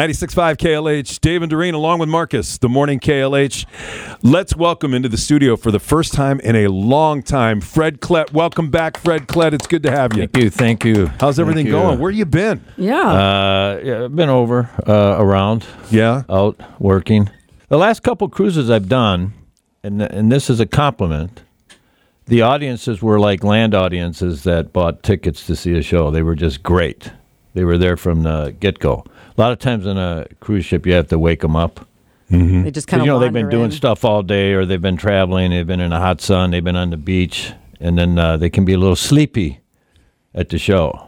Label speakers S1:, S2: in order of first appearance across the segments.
S1: 96.5 KLH, Dave and Doreen, along with Marcus, the morning KLH. Let's welcome into the studio for the first time in a long time, Fred Klett. Welcome back, Fred Klett. It's good to have you.
S2: Thank you. Thank you.
S1: How's everything
S2: Thank you.
S1: going? Where you been?
S3: Yeah.
S2: Uh, yeah, I've been over, uh, around,
S1: Yeah.
S2: out, working. The last couple cruises I've done, and and this is a compliment. The audiences were like land audiences that bought tickets to see a show. They were just great. They were there from the get go. A lot of times in a cruise ship, you have to wake them up.
S3: they just kind of
S2: you know they've been doing stuff all day, or they've been traveling, they've been in the hot sun, they've been on the beach, and then uh, they can be a little sleepy at the show.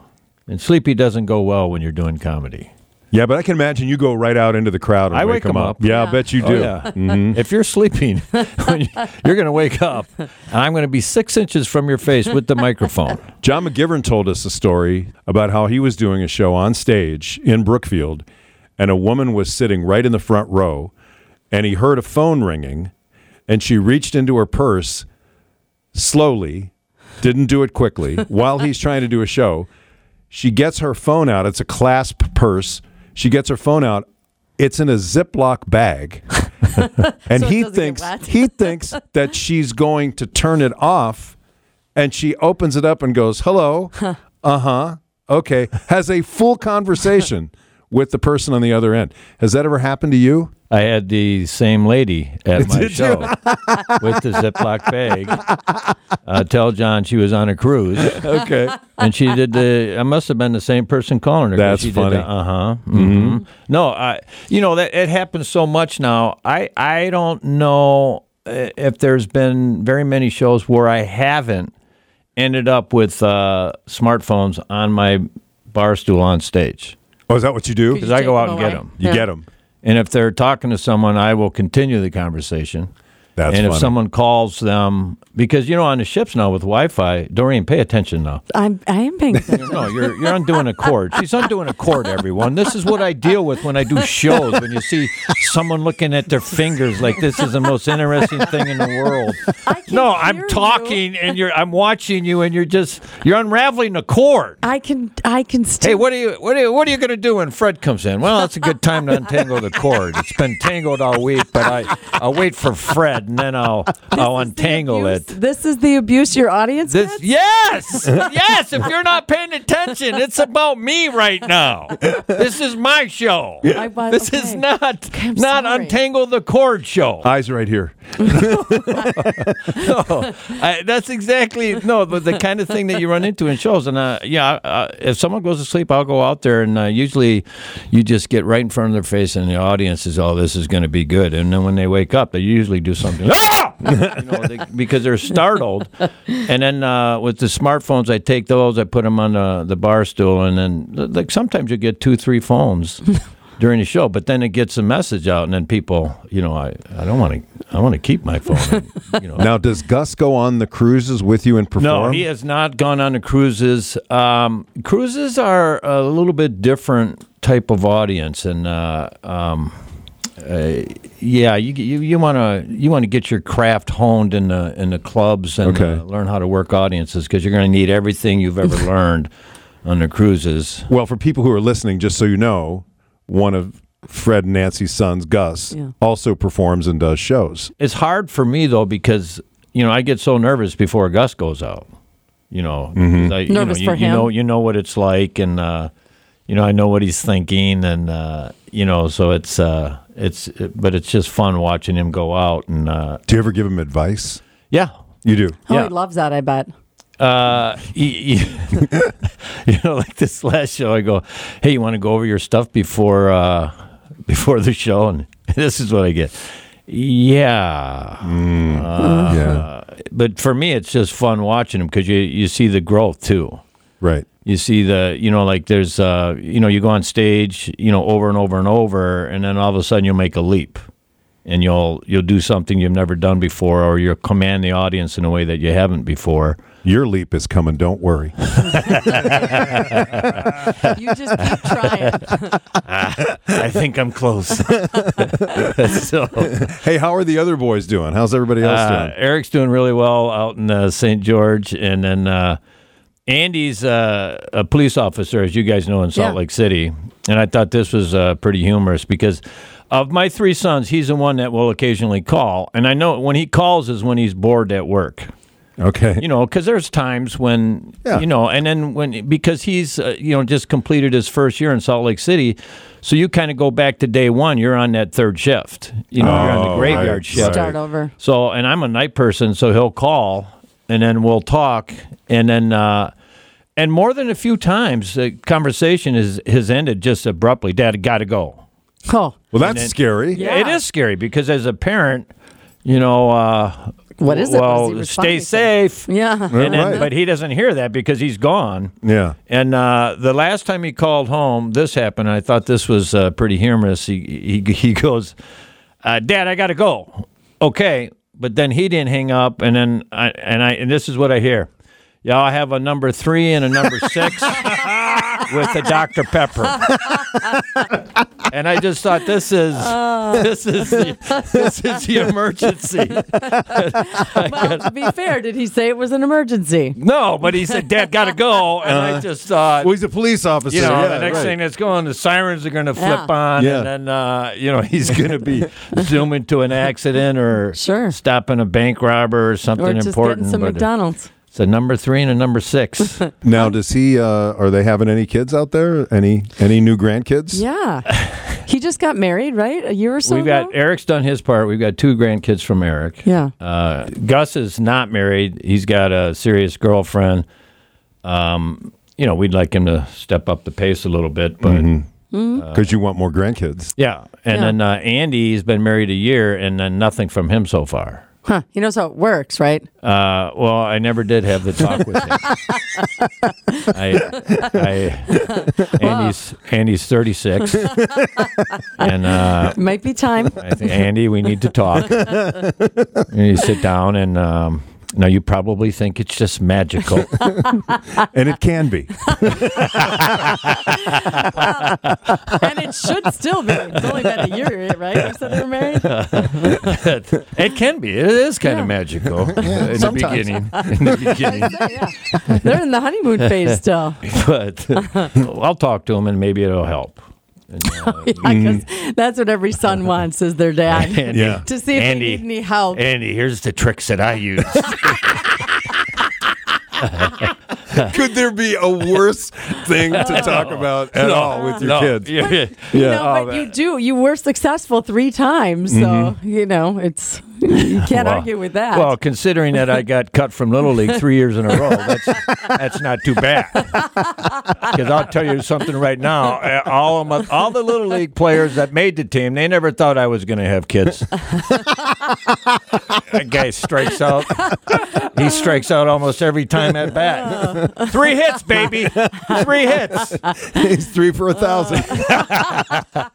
S2: And sleepy doesn't go well when you're doing comedy.
S1: Yeah, but I can imagine you go right out into the crowd and
S2: I
S1: wake,
S2: wake
S1: them
S2: 'em
S1: up. Oh,
S2: up.
S1: Yeah, Mm-hmm. I bet you do.
S2: If you're sleeping, when you- you're going to wake up, and I'm going to be six inches from your face with the microphone.
S1: John McGivern told us a story about how he was doing a show on stage in Brookfield, and a woman was sitting right in the front row, and he heard a phone ringing, and she reached into her purse slowly, didn't do it quickly, while he's trying to do a show. She gets her phone out. It's a clasp purse. She gets her phone out. It's in a Ziploc bag. and
S3: So it
S1: he
S3: doesn't get
S1: thinks
S3: wet.
S1: he thinks that she's going to turn it off and she opens it up and goes, "Hello." Uh-huh. Okay. Has a full conversation with the person on the other end. Has that ever happened to you?
S2: I had the same lady at my
S1: Did you?
S2: show with the Ziploc bag uh, tell John she was on a cruise.
S1: Okay.
S2: and she did the. I must have been the same person calling her.
S1: That's funny.
S2: Uh huh. Mm-hmm. No, I. You know that it happens so much now. I I don't know uh, if there's been very many shows where I haven't ended up with uh, smartphones on my bar stool on stage
S1: oh, is that what you do?
S2: because
S1: You
S3: you
S2: I
S3: take
S2: go out
S3: them
S2: and get
S3: away?
S2: them.
S3: Yeah.
S1: get them.
S2: And if they're talking to someone, I will continue the conversation.
S1: That's
S2: and if
S1: funny.
S2: someone calls them, because you know on the ships now with Wi-Fi, Doreen, pay attention now.
S3: I'm, I am paying attention.
S2: No, you're you're undoing a chord. She's undoing a chord, everyone. This is what I deal with when I do shows. When you see someone looking at their fingers like this is the most interesting thing in the world. No,
S3: hear
S2: I'm
S3: you.
S2: talking and you're I'm watching you and you're just you're unraveling a chord.
S3: I can, I can still.
S2: Hey, what are you what are you, what are you going to do when Fred comes in? Well, it's a good time to untangle the cord. It's been tangled all week, but I I'll wait for Fred and then I'll I'll
S3: This is the
S2: untangle
S3: abuse-
S2: it.
S3: This is the abuse your audience
S2: This
S3: gets?
S2: yes, yes. If you're not paying attention, it's about me right now. This is my show.
S3: I was-
S2: this is
S3: okay.
S2: not
S3: I'm
S2: not
S3: sorry.
S2: untangle the cord show.
S1: Eyes right here.
S2: No, I, that's exactly no, but the kind of thing that you run into in shows. And uh, yeah, uh, if someone goes to sleep, I'll go out there, and uh, usually you just get right in front of their face, and the audience is, "Oh, this is going to be good." And then when they wake up, they usually do something. "Ah!" you know, they, because they're startled. And then uh, with the smartphones, I take those, I put them on the, the bar stool, and then like sometimes you get two, three phones. During the show, but then it gets a message out, and then people, you know, I, I don't want to, I want to keep my phone, and, you know,
S1: Now, does Gus go on the cruises with you and perform?
S2: no, he has not gone on the cruises. Um, cruises are a little bit different type of audience, and uh, um, uh, yeah, you you you want to you want to get your craft honed in the in the clubs and
S1: Okay.
S2: uh, learn how to work audiences because you're going to need everything you've ever learned on the cruises.
S1: Well, for people who are listening, just so you know, one of Fred and Nancy's sons, Gus,
S3: Yeah.
S1: also performs and does shows.
S2: It's hard for me though because you know I get so nervous before Gus goes out. You know, 'cause I- you
S3: Nervous
S2: know, you,
S3: for
S2: you
S3: him?
S2: know, you know what it's like, and uh, you know I know what he's thinking, and uh, you know, so it's uh, it's but it's just fun watching him go out, and uh,
S1: Do you ever give him advice?
S2: yeah,
S1: You do.
S3: Oh,
S2: yeah.
S3: he loves that, I bet.
S2: uh, y- y- you know, like this last show, I go, "Hey, you want to go over your stuff before uh, before the show?" And this is what I get. Yeah, Uh,
S1: yeah.
S2: but for me, it's just fun watching him because you you see the growth too.
S1: Right.
S2: You see the you know like there's uh you know you go on stage you know over and over and over and then all of a sudden you'll make a leap and you'll you'll do something you've never done before or you'll command the audience in a way that you haven't before.
S1: Your leap is coming. Don't worry.
S3: You just keep trying.
S2: I think I'm close. so
S1: hey, how are the other boys doing? How's everybody else
S2: uh, Eric's doing really well out in uh, St. George and then uh Andy's uh, a police officer, as you guys know, in Salt
S3: Yeah.
S2: Lake City, and I thought this was uh, pretty humorous because of my three sons, he's the one that will occasionally call, and I know when he calls is when he's bored at work.
S1: Okay.
S2: You know, because there's times when
S1: Yeah.
S2: you know, and then when because he's uh, you know just completed his first year in Salt Lake City, so you kind of go back to day one. You're on that third shift. You know, you're on
S1: Oh,
S2: the graveyard
S1: right,
S2: shift.
S1: right.
S3: Start over.
S2: So, and I'm a night person, so he'll call, and then we'll talk, and then, uh, and more than a few times, the conversation is has ended just abruptly. Dad, got to go.
S3: Oh,
S1: Well, that's scary.
S3: Yeah.
S2: It is scary because as a parent, you know, uh,
S3: What is it? What is
S2: well,
S3: he
S2: stay
S3: responding to?
S2: safe.
S3: yeah.
S2: And then,
S1: Right.
S2: but he doesn't hear that because he's gone.
S1: Yeah.
S2: And uh, the last time he called home, this happened. I thought this was uh, pretty humorous. He he, he goes, uh, "Dad, I gotta go." Okay, but then he didn't hang up, and then I and I and this is what I hear. Yeah, I have a number three and a number six with the Dr Pepper. and I just thought this is this is the, this is the emergency.
S3: Well, to be fair, did he say it was an emergency?
S2: No, but he said, "Dad, gotta go," and I just thought.
S1: Well, he's a police officer.
S2: you know,
S1: yeah,
S2: the next
S1: right.
S2: thing that's going, the sirens are going to flip
S3: Yeah.
S2: on,
S1: Yeah.
S2: and then uh, you know he's going to be zooming to an accident or
S3: Sure.
S2: stopping a bank robber or something
S3: Or just
S2: important.
S3: getting some
S2: but
S3: McDonald's.
S2: it's a number three and a number six.
S1: Now, does he? Uh, are they having any kids out there? Any any new grandkids?
S3: Yeah. he just got married, right? A year or so
S2: We've
S3: ago?
S2: got Eric's done his part. We've got two grandkids from Eric.
S3: Yeah.
S2: Uh, Gus is not married. He's got a serious girlfriend. Um, you know, we'd like him to step up the pace a little bit, but
S1: Mm-hmm. Because Uh, you want more grandkids.
S2: yeah. And
S3: Yeah.
S2: then uh, Andy's been married a year, and then nothing from him so far.
S3: Huh. He knows how it works, right?
S2: Uh, well, I never did have the talk with him. I, I, Andy's Andy's thirty six, and uh,
S3: Might be time.
S2: I think Andy, we need to talk. and you sit down, and um, now you probably think it's just magical.
S1: And it can be.
S3: and it should still be. It's only been a year, right? You said they were married?
S2: it can be. It is kind
S3: Yeah.
S2: of magical in the
S1: sometimes.
S2: beginning. In the beginning,
S3: yeah. They're in the honeymoon phase still.
S2: but I'll talk to him, and maybe it'll help. And, uh,
S3: Yeah, 'cause that's what every son wants is their dad.
S2: Andy,
S1: Yeah.
S3: to see if
S2: Andy.
S3: they need any help.
S2: Andy, here's the tricks that I use.
S1: Could there be a worse thing to talk about at all with your
S2: No.
S1: kids?
S2: Yeah, yeah.
S3: You
S1: Yeah.
S3: know, but you do. You were successful three times, so you know it's you can't
S2: Wow.
S3: argue with that.
S2: Mm-hmm. Well, considering that I got cut from Little League three years in a row, that's, that's not too bad. Because I'll tell you something right now. uh, All, of my, all the Little League players that made the team, they never thought I was going to have kids. that guy strikes out. He strikes out almost every time at bat.
S3: Uh.
S2: Three hits, baby. Three hits. Uh,
S1: He's three for a thousand.